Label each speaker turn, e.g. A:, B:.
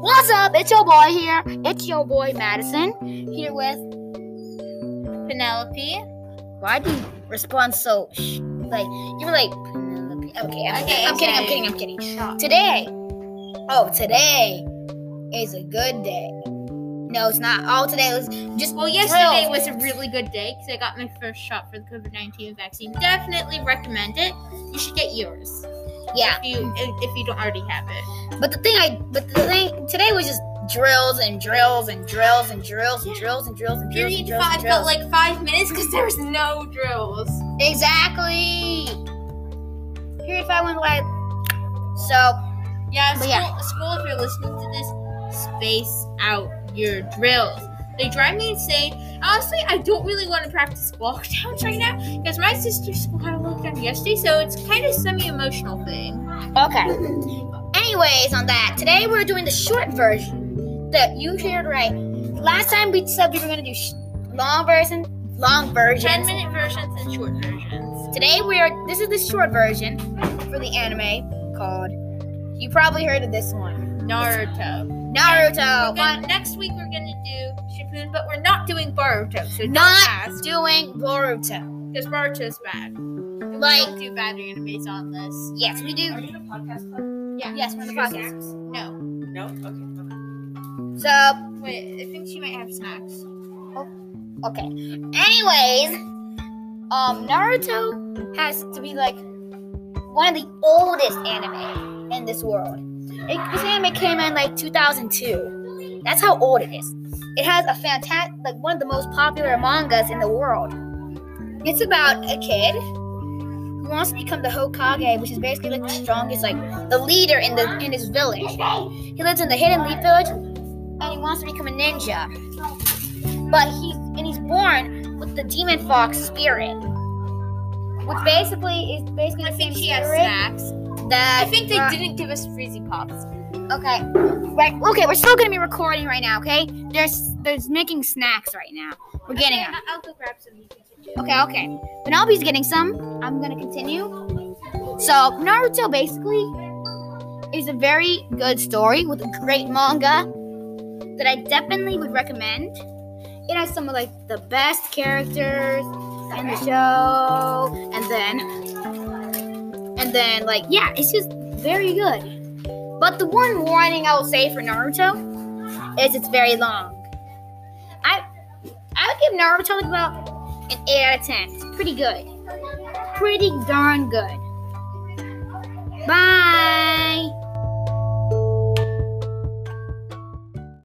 A: What's up? It's your boy here. It's your boy Madison here with
B: Penelope.
A: Why do you respond so sh- like you were like Penelope? Okay, I'm,
B: Okay,
A: I'm kidding. I'm
B: okay.
A: kidding. I'm kidding. Today, oh today is a good day. No, it's not. All today was just
B: Well, yesterday was a really good day because I got my first shot for the COVID 19 vaccine. Definitely recommend it. You should get yours
A: yeah.
B: if you, if if you don't already have it.
A: But the thing I but the thing today was just drills and drills and drills and drills and drills and drills and drills. and drills and drills.
B: like five minutes because there was no drills.
A: Exactly. Period five went away. So
B: Yeah,
A: But
B: school,
A: yeah.
B: school, if you're listening to this, space out your drills. They drive me insane. Honestly, I don't really want to practice lockdowns right now because my sister's school had a lockdown yesterday, so it's kind of semi emotional thing.
A: okay. Anyways, on that today we're doing the short version. That you heard right. Last time we said we were gonna do sh- long version, long version.
B: 10 minute versions and short versions.
A: Today we are. This is the short version for the anime called. You probably heard of this one,
B: Naruto.
A: Naruto.
B: We're gonna- next week we're gonna do Shippuden, but we're not doing Boruto. So don't
A: Not
B: ask
A: doing Boruto.
B: because Boruto's bad. And
A: Like-
B: we don't do bad animes on this.
A: Yes, we do.
C: you in a podcast club?
B: Yeah.
A: Yes, we're in the podcast.
B: No.
C: No. Okay.
A: So
B: Wait, I think she might have snacks.
A: Okay. Anyways, um, Naruto has to be like one of the oldest anime in this world. It, this anime came in like 2002. That's how old it is. It has a fantastic, like one of the most popular mangas in the world. It's about a kid who wants to become the Hokage, which is basically like the strongest, like the leader in the in his village. He lives in the Hidden Leaf Village, and he wants to become a ninja but he's and he's born with the demon fox spirit, which basically is basically
B: I
A: the same
B: think she has
A: spirit
B: snacks.
A: that
B: I think they
A: uh,
B: didn't give us Freezy Pops.
A: Okay, right. Okay, we're still gonna be recording right now. Okay, there's there's making snacks right now. We're getting them.
B: I'll go grab some. You can keep
A: Okay, okay. Penelope's getting some. I'm gonna continue. So Naruto basically is a very good story with a great manga that I definitely would recommend. It has some of like the best characters in the show, and then and then like yeah, it's just very good. But the one warning I will say for Naruto is it's very long. I I would give Naruto like about an 8 out of 10. It's pretty good. Pretty darn good.